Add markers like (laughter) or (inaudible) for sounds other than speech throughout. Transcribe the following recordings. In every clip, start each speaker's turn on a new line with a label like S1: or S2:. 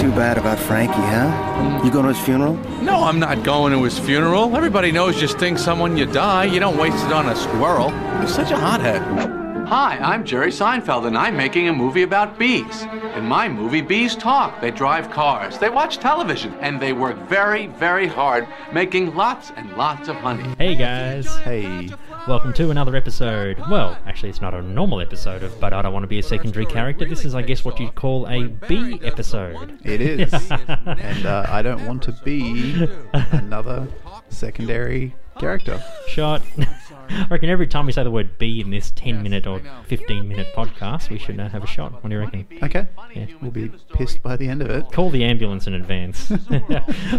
S1: Too bad about Frankie, huh? You going to his funeral?
S2: No, I'm not going to his funeral. Everybody knows you sting someone, you die. You don't waste it on a squirrel. He's such a hothead. Hi, I'm Jerry Seinfeld, and I'm making a movie about bees. In my movie, bees talk. They drive cars, they watch television, and they work very, very hard, making lots and lots of honey.
S3: Hey guys,
S4: Hey,
S3: welcome to another episode. Well, actually, it's not a normal episode of But I Don't Want to Be a Secondary Character. This is, I guess, what you'd call a B episode.
S4: it is.
S3: (laughs)
S4: and uh, I don't want to be another secondary character. (laughs)
S3: Shot. I reckon every time we say the word B in this 10 minute or 15 minute podcast, we should uh, have a shot. What do you reckon?
S4: Okay.
S3: Yeah.
S4: We'll be pissed by the end of it.
S3: Call the ambulance in
S4: (laughs)
S3: advance. (laughs)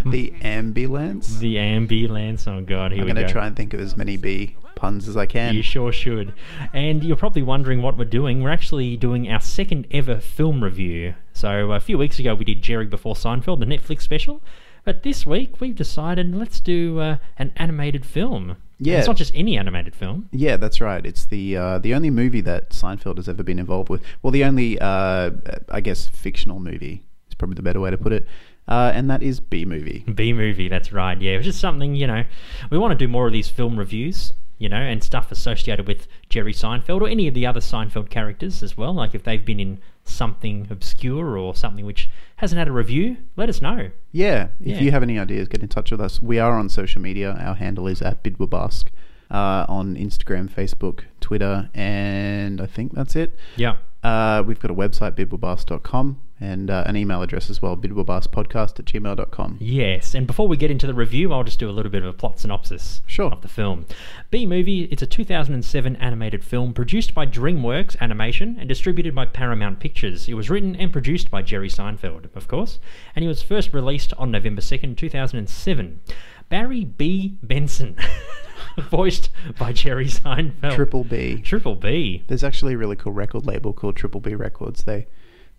S4: The ambulance.
S3: the ambulance. Oh, God, here
S4: I'm
S3: we
S4: going
S3: go.
S4: to try and think of as many B puns as I
S3: You
S4: can.
S3: sure should. And you're probably wondering what we're doing. We're actually doing our second ever film review. So a few weeks ago we did Jerry Before Seinfeld, the Netflix special. But this week we've decided let's do uh, an animated film. And
S4: Yeah.
S3: It's not just any animated film.
S4: Yeah, that's right. It's the uh, the only movie that Seinfeld has ever been involved with. Well, the only, uh, I guess, fictional movie is probably the better way to put it. Uh, and that is B movie.
S3: B movie, that's right. Yeah, it's just something, you know, we want to do more of these film reviews, you know, and stuff associated with Jerry Seinfeld or any of the other Seinfeld characters as well. Like if they've been in something obscure or something which hasn't had a review, let us know.
S4: Yeah. If
S3: Yeah.
S4: you have any ideas, get in touch with us. We are on social media. Our handle is at Bidwabask uh, on Instagram, Facebook, Twitter, and I think that's it.
S3: Yeah.
S4: Uh, we've got a website, bidwabask.com, and uh, an email address as well, bidwabaskpodcast at gmail.com.
S3: Yes, and before we get into the review, I'll just do a little bit of a plot synopsis
S4: Sure.
S3: of the film. B Movie, it's a 2007 animated film produced by DreamWorks Animation and distributed by Paramount Pictures. It was written and produced by Jerry Seinfeld, of course, and it was first released on November 2nd, 2007. Barry B. Benson, (laughs) voiced by Jerry Seinfeld.
S4: Triple B.
S3: Triple B.
S4: There's actually a really cool record label called Triple B Records. They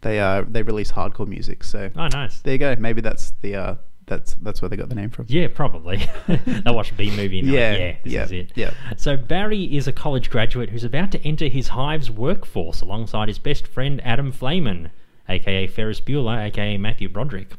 S4: they uh, they release hardcore music. So
S3: Oh, nice.
S4: there you go. Maybe that's the uh, that's that's where they got the name from.
S3: Yeah, probably. (laughs) they watch B movie and yeah,
S4: Yeah,
S3: like, yeah, this
S4: yeah,
S3: is it.
S4: yeah.
S3: So Barry is a college graduate who's about to enter his hive's workforce alongside his best friend Adam Flayman, aka Ferris Bueller, aka Matthew Broderick.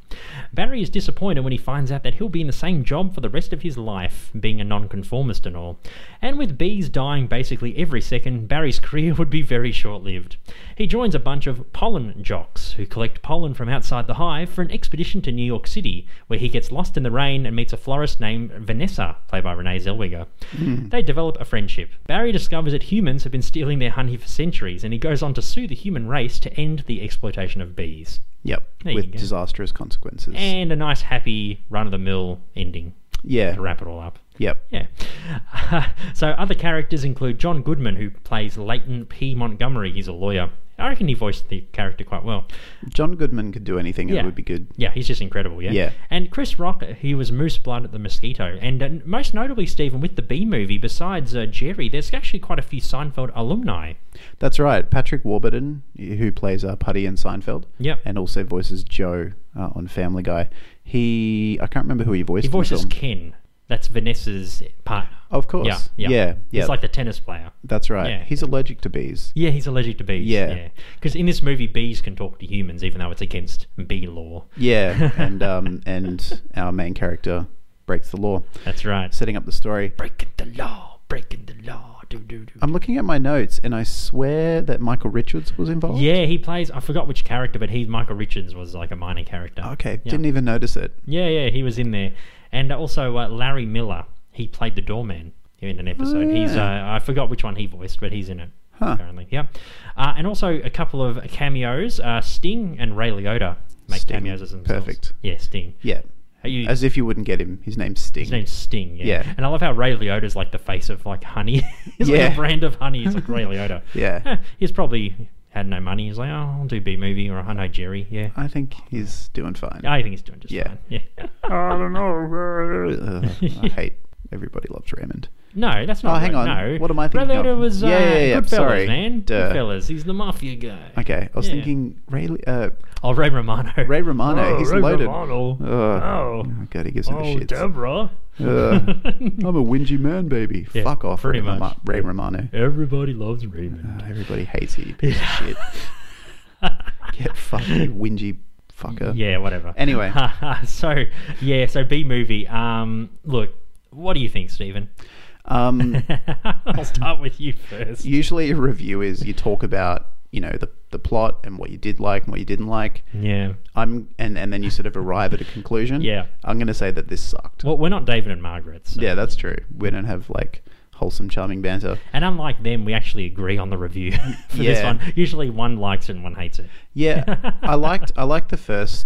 S3: Barry is disappointed when he finds out that he'll be in the same job for the rest of his life, being a nonconformist and all. And with bees dying basically every second, Barry's (laughs) career would be very short-lived. He joins a bunch of pollen jocks who collect pollen from outside the hive for an expedition to New York City, where he gets lost in the rain and meets a florist named Vanessa, played by Renee Zellweger. They develop a friendship. Barry discovers that humans have been stealing their honey for centuries, and he goes on to sue the human race to end the exploitation of bees.
S4: Yep.
S3: There you
S4: With
S3: go.
S4: disastrous consequences.
S3: And a nice, happy, run-of-the-mill ending
S4: yeah.
S3: to wrap it all up.
S4: Yep.
S3: Yeah. (laughs) so other characters include John Goodman, who plays Leighton P. Montgomery. He's a lawyer. I reckon he voiced the character quite well.
S4: John Goodman could do anything.
S3: Yeah.
S4: It would be good.
S3: Yeah, he's just incredible. Yeah.
S4: Yeah.
S3: And Chris Rock, he was Moose Blood at the Mosquito, and uh, most notably, Stephen, with the B movie. Besides uh, Jerry, there's actually quite a few Seinfeld alumni.
S4: That's right. Patrick Warburton, who plays uh, Putty in Seinfeld,
S3: Yep.
S4: and also voices Joe uh, on Family Guy. He, I can't remember who he voiced.
S3: He
S4: in the
S3: voices
S4: film.
S3: Ken. That's Vanessa's partner.
S4: Of course.
S3: Yeah. Yeah.
S4: Yeah. yeah.
S3: He's like the tennis player.
S4: That's right.
S3: Yeah.
S4: He's allergic to bees.
S3: Yeah, he's allergic to bees.
S4: Yeah.
S3: Because in this movie, bees can talk to humans, even though it's against bee law. (laughs)
S4: Yeah, and um, and our main character breaks the law,
S3: That's right.
S4: setting up the story.
S3: breaking the law, breaking the law. Do, do, do.
S4: I'm looking at my notes, and I swear that Michael Richards was involved.
S3: yeah, he plays. I forgot which character, but he Michael Richards was like a minor character.
S4: Okay,
S3: Yeah.
S4: didn't even notice it.
S3: Yeah, yeah, he was in there, and also uh, Larry Miller. He played the doorman in an episode. He's uh, I forgot which one he voiced, but he's in it.
S4: Huh.
S3: Apparently, yeah. Uh, and also a couple of cameos. Uh, Sting and Ray Liotta make
S4: Sting,
S3: cameos as themselves.
S4: perfect.
S3: Yeah, Sting.
S4: Yeah,
S3: Are you,
S4: as if you wouldn't get him. His name's Sting.
S3: His name's Sting. Yeah.
S4: Yeah.
S3: And I love how Ray Liotta's like the face of like honey. (laughs) He's like a
S4: Yeah.
S3: brand of honey. He's like Ray Liotta.
S4: (laughs) Yeah.
S3: (laughs) Eh, he's probably had no money. He's like, oh, I'll do B movie or I know Jerry. Yeah.
S4: I think he's doing fine.
S3: I think he's doing just
S4: Uh, Yeah.
S3: fine. Yeah. (laughs)
S4: I don't know. Ugh, I hate. Everybody loves Raymond.
S3: No, that's not.
S4: Oh, hang
S3: right.
S4: on.
S3: No.
S4: What am I thinking
S3: Ray Liotta
S4: of?
S3: was uh,
S4: Yeah, yeah, yeah,
S3: Goodfellas,
S4: sorry.
S3: man.
S4: Duh.
S3: Goodfellas. He's the mafia guy.
S4: Okay, I was
S3: Yeah.
S4: thinking Ray. Uh,
S3: Oh, Ray Romano.
S4: Ray Romano. he's
S3: Oh, Ray
S4: loaded.
S3: Romano.
S4: Ugh.
S3: Oh.
S4: Oh, God, he gives him
S3: Oh,
S4: the shits.
S3: Deborah.
S4: Ugh. I'm a whingy man, baby.
S3: Yeah,
S4: Fuck off,
S3: pretty
S4: Ray,
S3: much.
S4: Roma- Ray Romano. Uh.
S3: Everybody loves Raymond. (laughs)
S4: Everybody hates you. you piece of shit. Get fucked. you whingy fucker.
S3: Yeah, whatever.
S4: Anyway.
S3: (laughs) so yeah, so B movie. Um, look, what do you think, Stephen? (laughs)
S4: Um,
S3: I'll start with you first.
S4: usually a review is you talk about you know the the plot and what you did like and what you didn't like.
S3: Yeah.
S4: I'm and and then you sort of arrive at a conclusion.
S3: Yeah.
S4: I'm going to say that this sucked.
S3: Well, we're not David and Margaret. So.
S4: yeah, that's true. We don't have like wholesome, charming banter.
S3: And unlike them, we actually agree on the review (laughs) for this
S4: Yeah.
S3: one. Usually, one likes it and one hates it. (laughs)
S4: Yeah, I liked I liked the first,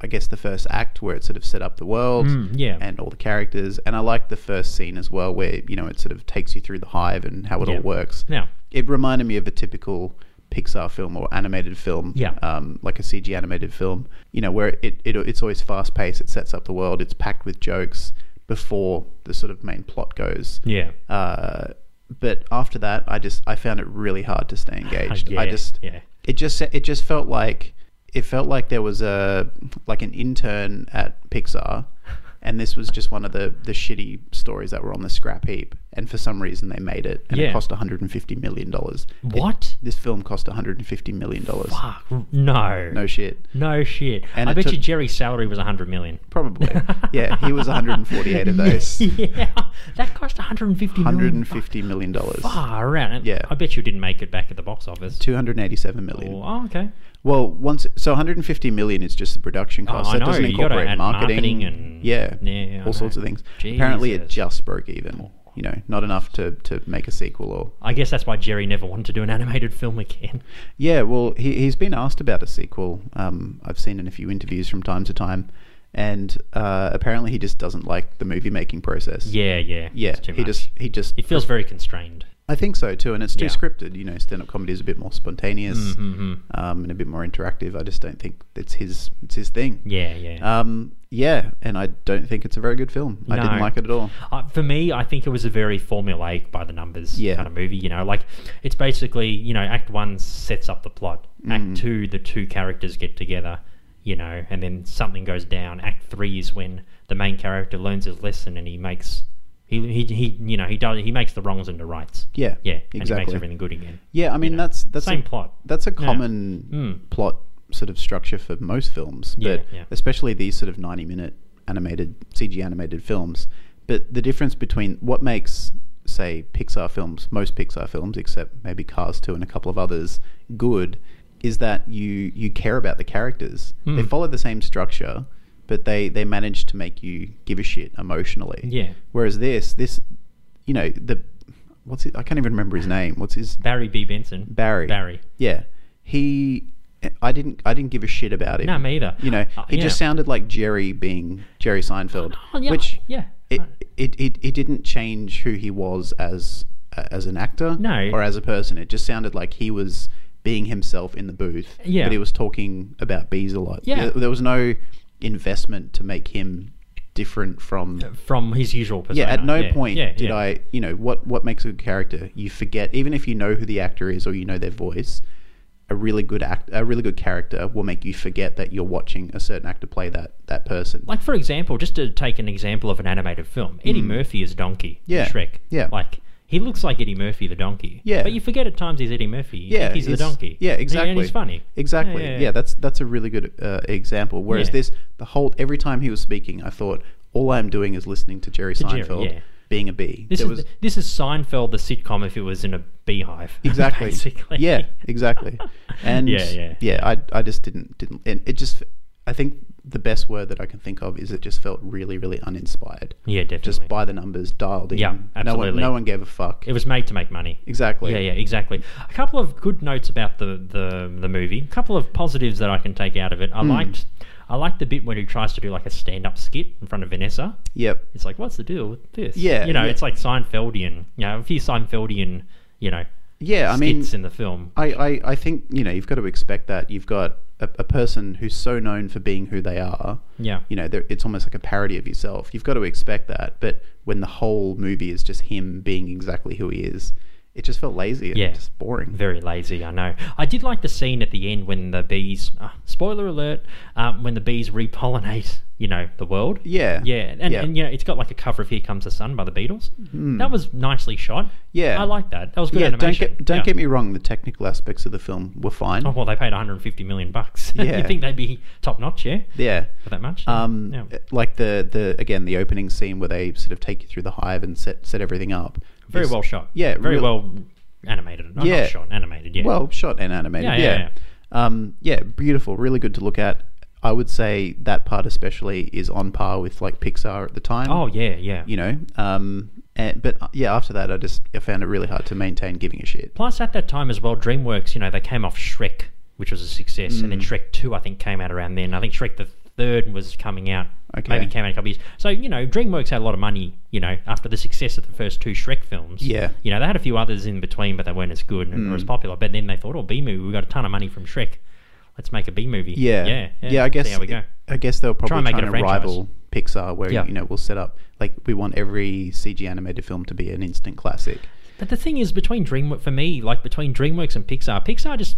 S4: I guess the first act where it sort of set up the world
S3: Mm, yeah.
S4: and all the characters, and I liked the first scene as well where you know it sort of takes you through the hive and how it
S3: Yeah.
S4: all works.
S3: Yeah.
S4: it reminded me of a typical Pixar film or animated film,
S3: Yeah.
S4: um, like a CG animated film. You know where it, it it's always fast paced. It sets up the world. It's packed with jokes before the sort of main plot goes.
S3: Yeah.
S4: Uh, but after that, I just I found it really hard
S3: (laughs)
S4: to stay engaged. I
S3: Yeah,
S4: just
S3: yeah.
S4: it just it just felt like it felt like there was a like an intern at Pixar, and this was just one of the the shitty stories that were on the scrap heap. And for some reason, they made it, and
S3: Yeah.
S4: it cost 150 million dollars.
S3: What?
S4: This film cost 150 million dollars.
S3: Fuck. No.
S4: No shit.
S3: No shit.
S4: And
S3: I
S4: it
S3: bet
S4: took-
S3: you Jerry's salary was 100
S4: (laughs)
S3: million.
S4: Probably. yeah, he was 148 of
S3: (laughs)
S4: those.
S3: yeah. That cost 150 million.
S4: 150 million dollars.
S3: Far out. And
S4: Yeah.
S3: I bet you didn't make it back at the box office.
S4: 287 million.
S3: Oh, okay.
S4: Well, once so 150 million is just the production
S3: Oh,
S4: cost.
S3: I
S4: that
S3: know,
S4: doesn't
S3: you gotta
S4: incorporate
S3: add
S4: marketing,
S3: marketing and-
S4: yeah,
S3: Yeah, I
S4: all sorts
S3: know.
S4: of things. Apparently, it
S3: Jesus.
S4: just broke even. You know, not enough to to make a sequel or
S3: I guess that's why Jerry never wanted to do an (laughs) animated film again.
S4: yeah. Well, he he's been asked about a sequel. Um, I've seen in a few interviews from time to time, and uh, apparently he just doesn't like the movie making process.
S3: Yeah, yeah.
S4: yeah.
S3: It's too
S4: He
S3: much.
S4: just he just
S3: It feels very constrained.
S4: I think so too, and it's too
S3: Yeah. Mm-hmm,
S4: scripted. You know, stand up comedy is a bit more spontaneous um, and a bit more interactive. I just don't think it's his it's his thing.
S3: Yeah, yeah.
S4: Um, yeah, and I don't think it's a very good film. I didn't
S3: No.
S4: like it at all.
S3: Uh, for me, I think it was a very formulaic by the numbers
S4: Yeah.
S3: kind of movie. You know, like it's basically you know Act One sets up the plot. Act
S4: Mm.
S3: Two, the two characters get together. You know, and then something goes down. Act Three is when the main character learns his lesson and he makes he he, he you know he does he makes the wrongs into rights.
S4: Yeah,
S3: yeah, and he makes
S4: exactly.
S3: everything good again.
S4: Yeah, I mean
S3: know,
S4: that's that's
S3: same
S4: a,
S3: plot. Hmm.
S4: That's a common plot sort of structure for most films,
S3: Yeah,
S4: but
S3: yeah.
S4: especially these sort of ninety-minute animated CG animated films. But the difference between what makes say Pixar films, most Pixar films, except maybe Cars Two and a couple of others, good, is that you you care about the characters.
S3: Hmm.
S4: They follow the same structure, but they they manage to make you give a shit emotionally.
S3: Yeah.
S4: Whereas this this, you know the. What's it? I can't even remember his name. What's his
S3: Barry B. Benson.
S4: Barry.
S3: Barry.
S4: Yeah. He I didn't I didn't give a shit about him.
S3: No, me either.
S4: You know,
S3: Uh,
S4: he just
S3: yeah.
S4: sounded like Jerry being Jerry Seinfeld,
S3: Oh, yeah,
S4: which
S3: yeah.
S4: It, it, it it didn't change who he was as as an actor
S3: No.
S4: or as a person. It just sounded like he was being himself in the booth,
S3: Yeah.
S4: but he was talking about bees a lot.
S3: Yeah.
S4: There, there was no investment to make him different from
S3: From his usual persona.
S4: yeah, at no point
S3: yeah,
S4: did
S3: yeah.
S4: I, you know, what what makes a good character? You forget, even if you know who the actor is or you know their voice, a really good act, a really good character will make you forget that you're watching a certain actor play that that person.
S3: like for example, just to take an example of an animated film, Eddie Murphy is Donkey. in
S4: Hmm. Yeah,
S3: Shrek.
S4: yeah.
S3: Like he looks like Eddie Murphy the donkey.
S4: Yeah.
S3: But you forget at times he's Eddie Murphy. You
S4: yeah,
S3: think he's, the
S4: it's-
S3: donkey.
S4: Yeah,
S3: And-
S4: exactly.
S3: And he's funny.
S4: Exactly. Yeah, that's that's a really good uh, example. Whereas
S3: Yeah.
S4: this, the whole every time he was speaking, I thought all I'm doing is listening to Jerry
S3: Jerry,
S4: Seinfeld
S3: yeah.
S4: being a bee.
S3: this
S4: There
S3: is
S4: was-
S3: the- this is Seinfeld the sitcom if it was in a beehive. (laughs)
S4: (laughs) exactly
S3: basically.
S4: yeah
S3: (laughs)
S4: exactly and
S3: Yeah, yeah.
S4: I, I just didn't didn't and it just i think the best word that i can think of is it just felt really really uninspired
S3: Yeah, definitely.
S4: just by the numbers dialed in
S3: Yeah,
S4: no one
S3: absolutely.
S4: no one gave a fuck
S3: it was made to make money.
S4: exactly
S3: Yeah, yeah, exactly. A couple of good notes about the the, the movie. A couple of positives that I can take out of it. I
S4: Hmm.
S3: liked I liked the bit when he tries to do like a stand up skit in front of Vanessa.
S4: yep
S3: It's like, what's the deal with this?
S4: Yeah,
S3: you know,
S4: yeah.
S3: it's like Seinfeldian. You know, a few Seinfeldian, you know,
S4: yeah i mean
S3: skits in the film.
S4: I, I i think you know you've got to expect that you've got a, a person who's so known for being who they are
S3: Yeah,
S4: you know, they're- it's almost like a parody of yourself. You've got to expect that. But when the whole movie is just him being exactly who he is, it just felt lazy and
S3: Yeah.
S4: just boring.
S3: Very lazy, I know. I did like the scene at the end when the bees. Uh, spoiler alert! Um, when the bees repollinate, you know, the world.
S4: yeah.
S3: Yeah, and,
S4: yeah. Hmm.
S3: and you know it's got like a cover of "Here Comes the Sun" by the Beatles. That was nicely shot.
S4: Yeah.
S3: I like that. That was good
S4: yeah, don't
S3: animation.
S4: get, don't
S3: Yeah.
S4: get me wrong. The technical aspects of the film were fine.
S3: Oh well, they paid 150 million bucks. (laughs)
S4: Yeah.
S3: you think they'd be top notch, yeah?
S4: Yeah,
S3: For that much?
S4: um,
S3: Yeah.
S4: like the the again the opening scene where they sort of take you through the hive and set set everything up.
S3: Very
S4: It's-
S3: well shot.
S4: Yeah,
S3: very
S4: real-
S3: well animated. Not,
S4: Yeah.
S3: not shot, animated. Yeah.
S4: Well, shot and animated.
S3: Yeah,
S4: Yeah,
S3: yeah,
S4: yeah, Um, yeah, beautiful. Really good to look at. I would say that part especially is on par with like Pixar at the time.
S3: oh yeah, yeah.
S4: you know. Um, and, but uh, yeah, after that, I just I found it really hard to maintain giving a shit.
S3: Plus, at that time as well, DreamWorks, you know, they came off Shrek, which was a success, and
S4: Mm.
S3: then Shrek Two, I think, came out around then. I think Shrek the Third was coming out.
S4: Okay.
S3: Maybe came out a couple of years. So you know, DreamWorks had a lot of money. You know, after the success of the first two Shrek films.
S4: Yeah. Mm.
S3: You know, they had a few others in between, but they weren't as good and or as popular. But then they thought, oh, B movie, we got a ton of money from Shrek. Let's make a B movie.
S4: Yeah,
S3: Yeah.
S4: I guess
S3: See how we go.
S4: I guess they were
S3: and
S4: probably
S3: make it
S4: trying
S3: a
S4: to
S3: franchise.
S4: rival Pixar, where
S3: Yeah.
S4: you know we'll set up like we want every CG animated film to be an instant classic.
S3: But the thing is, between DreamWorks for me, like between DreamWorks and Pixar, Pixar just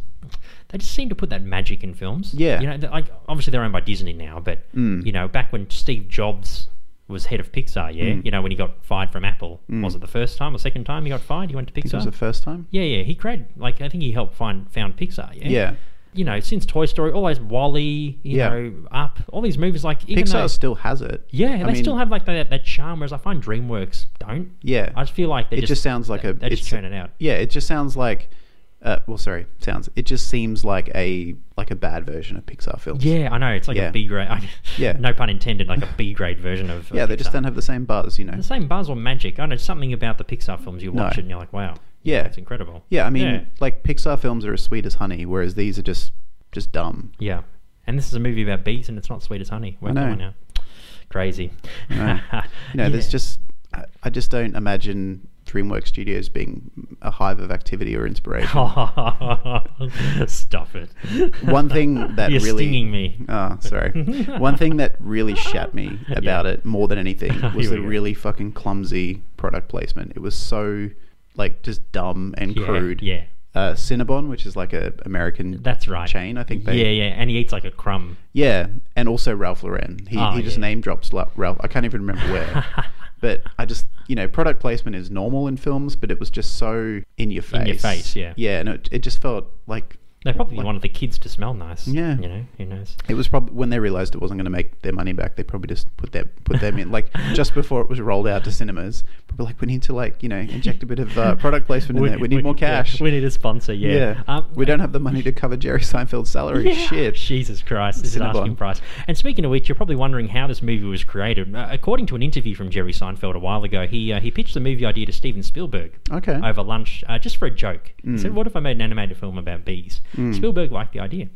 S3: they just seem to put that magic in films.
S4: Yeah. Mm.
S3: you know, they're- like obviously they're owned by Disney now, but you know, back when Steve Jobs was head of Pixar, yeah,
S4: Mm.
S3: you know, when he got fired from Apple, was it the first time or second time he got fired? He went to Pixar.
S4: It Mm. was the first time.
S3: yeah, yeah, he created like I think he helped find found Pixar. Yeah,
S4: Yeah,
S3: You know, since Toy Story, all those Wally, you
S4: Yeah.
S3: know, Up, all these movies, like even
S4: Pixar
S3: though-
S4: still has it.
S3: yeah, they
S4: I mean,
S3: still have like that, that charm, whereas I find DreamWorks don't.
S4: Yeah,
S3: I just feel like they
S4: it just, sounds like a.
S3: they just
S4: it's-
S3: churn it out.
S4: Yeah, it just sounds like. Uh, well, sorry, sounds. It just seems like a like a bad version of Pixar films.
S3: Yeah, I know. It's like
S4: Yeah.
S3: a B grade. I,
S4: Yeah.
S3: (laughs) No pun intended. Like a B grade version of.
S4: yeah,
S3: of
S4: they just
S3: Pixar.
S4: don't have the same buzz, you know.
S3: the same buzz or magic. I know something about the Pixar films. You watch it and you're like, wow.
S4: Yeah.
S3: it's incredible.
S4: Yeah, I mean,
S3: Yeah.
S4: like Pixar films are as sweet as honey, whereas these are just just dumb.
S3: Yeah. And this is a movie about bees, and it's not sweet as honey. Where
S4: know.
S3: come on now? Crazy.
S4: know.
S3: (laughs)
S4: You know, there's
S3: Yeah.
S4: just I, I just don't imagine DreamWorks Studios being a hive of activity or inspiration.
S3: (laughs) Stop it. (laughs)
S4: One thing that
S3: You're
S4: really
S3: stinging me.
S4: Oh,
S3: (laughs)
S4: sorry. One thing that really shat me about it more than anything
S3: (laughs)
S4: was
S3: Here we
S4: the
S3: go.
S4: really fucking clumsy product placement. It was so like just dumb and
S3: Yeah,
S4: crude.
S3: yeah.
S4: Uh, Cinnabon, which is like a American
S3: That's right.
S4: chain, I think they
S3: yeah, yeah. And he eats like a crumb. (laughs)
S4: Yeah, and also Ralph Lauren. He,
S3: Oh,
S4: he just
S3: yeah.
S4: name drops La- Ralph. I can't even remember where.
S3: (laughs)
S4: but I just, you know, product placement is normal in films, but it was just so in your face.
S3: your face, yeah.
S4: Yeah, and it, it just felt like
S3: They probably wanted the kids to smell nice.
S4: Yeah.
S3: You know, who knows?
S4: it was probably when they realized it wasn't going to make their money back. They probably just put their put them
S3: (laughs)
S4: in like just before it was rolled out to cinemas. Probably like we need to like you know inject a bit of
S3: (laughs)
S4: uh, product placement in there. We need more
S3: yeah,
S4: cash.
S3: we need a sponsor, yeah.
S4: yeah,
S3: Um,
S4: we don't have the money to cover Jerry Seinfeld's salary.
S3: (laughs) Yeah.
S4: Shit.
S3: Jesus Christ, this
S4: Cinnabon.
S3: is asking price. And speaking of which, you're probably wondering how this movie was created. Uh, according to an interview from Jerry Seinfeld a while ago, he uh, he pitched the movie idea to Steven Spielberg
S4: Okay. Mm.
S3: over lunch uh, just for a joke. He said, "What if I made an animated film about bees?" Spielberg liked the idea,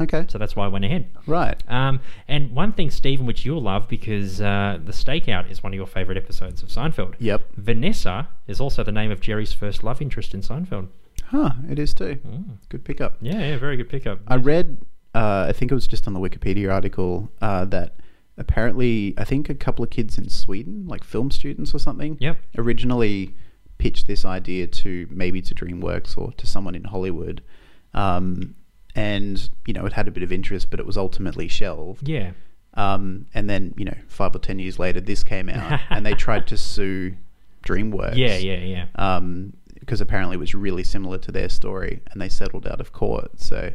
S4: Okay.
S3: so that's why I went ahead.
S4: Right.
S3: Um, and one thing, Stephen, which you'll love because uh, the stakeout is one of your favourite episodes of Seinfeld.
S4: Yep.
S3: Vanessa is also the name of Jerry's first love interest in Seinfeld.
S4: Huh. It is too.
S3: Mm.
S4: Good pickup.
S3: Yeah, yeah, very good pickup.
S4: I read, uh, I think it was just on the Wikipedia article, uh, that apparently, I think a couple of kids in Sweden, like film students or something,
S3: Yep.
S4: originally pitched this idea to maybe to DreamWorks or to someone in Hollywood. Um, and, you know, it had a bit of interest, but it was ultimately shelved.
S3: yeah.
S4: Um, and then, you know, five or 10 years later, this came out and they
S3: (laughs)
S4: tried to sue DreamWorks.
S3: Yeah, yeah, yeah.
S4: Um, because apparently it was really similar to their story and they settled out of court. So,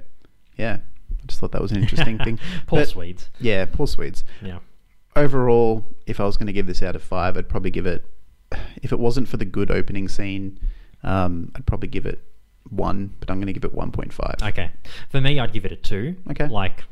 S4: yeah, I just thought that was an
S3: (laughs)
S4: interesting thing.
S3: Poor
S4: But-
S3: Swedes.
S4: Yeah, poor Swedes.
S3: Yeah.
S4: Overall, if I was going to give this out of five, I'd probably give it, if it wasn't for the good opening scene, um, I'd probably give it one, but I'm going to give it 1.5.
S3: Okay. For me, I'd give it a two.
S4: Okay. Hmm.
S3: Like,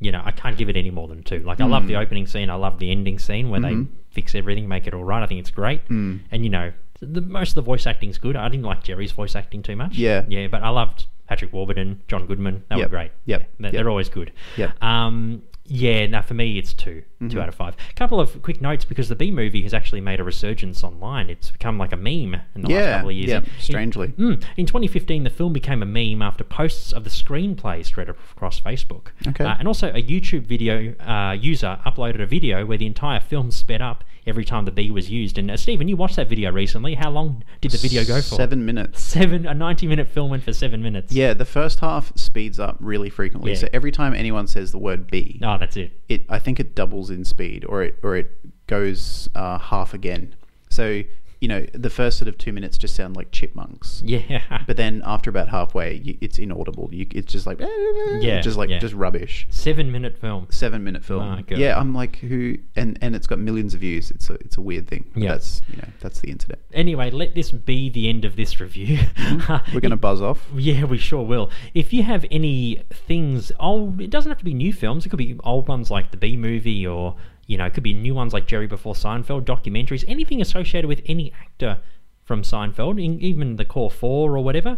S3: you know, I can't give it any more than two. Like, I love the opening scene. I love the ending scene where they fix everything, make it all right. I think it's great.
S4: Hmm.
S3: Mm. And you know, the most of the voice acting's good. I didn't like Jerry's voice acting too much.
S4: Yeah.
S3: Yeah, but I loved Patrick Warburton, John Goodman. They
S4: Yep.
S3: were great.
S4: Yep.
S3: They're,
S4: Yep. Mm-hmm.
S3: they're always good.
S4: Yep.
S3: Um, Yeah, now for me it's 2 two out of five. A couple of quick notes because the B movie has actually made a resurgence online. It's become like a meme in the last
S4: Yeah,
S3: couple of years.
S4: yeah,
S3: In-
S4: strangely.
S3: Mm. In 2015, the film became a meme after posts of the screenplay spread across Facebook.
S4: Okay.
S3: Uh, and also, a YouTube video uh, user uploaded a video where the entire film sped up every time the B was used. And uh, Stephen, you watched that video recently. How long did the video go for?
S4: Seven minutes.
S3: Seven. A 90 minute film went for seven minutes.
S4: Yeah, the first half speeds up really frequently.
S3: Yeah.
S4: So every time anyone says the word B,
S3: Oh, that's it.
S4: it I think it doubles in speed or it or it goes uh, half again. So you know the first sort of two minutes just sound like chipmunks.
S3: Yeah. (laughs)
S4: But then after about halfway, you, it's inaudible. You, it's just like yeah, Ah, just like
S3: yeah.
S4: just rubbish.
S3: seven minute film.
S4: Seven minute film.
S3: My God.
S4: yeah, I'm like who and and it's got millions of views. It's a it's a weird thing.
S3: Yeah.
S4: that's you know that's the internet.
S3: Anyway, let this be the end of this review. (laughs)
S4: Mm-hmm. We're gonna buzz off.
S3: Yeah, we sure will. If you have any things, old, it doesn't have to be new films. It could be old ones like the B movie, or you know, it could be new ones like Jerry Before Seinfeld, documentaries, anything associated with any actor from Seinfeld, in, even the core four or whatever.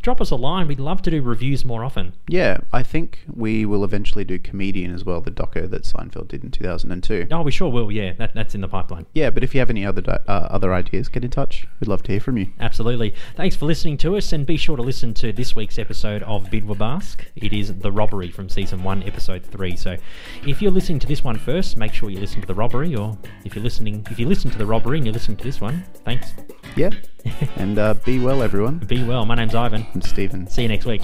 S3: Drop us a line. We'd love to do reviews more often.
S4: Yeah, I think we will eventually do comedian as well. The doco that Seinfeld did in 2002.
S3: Oh, we sure will. Yeah, that, that's in the pipeline.
S4: Yeah, but if you have any other di- uh, other ideas, get in touch. We'd love to hear from you.
S3: Absolutely. Thanks for listening to us, and be sure to listen to this week's episode of Bidwabask. It is The Robbery from Season 1, Episode 3. So if you're listening to this one first, make sure you listen to The Robbery, or if you're listening, if you listen to The Robbery and you listen to this one, thanks.
S4: Yeah, and uh, be well, everyone.
S3: Be well. My name's Ivan.
S4: I'm Stephen.
S3: See you next week.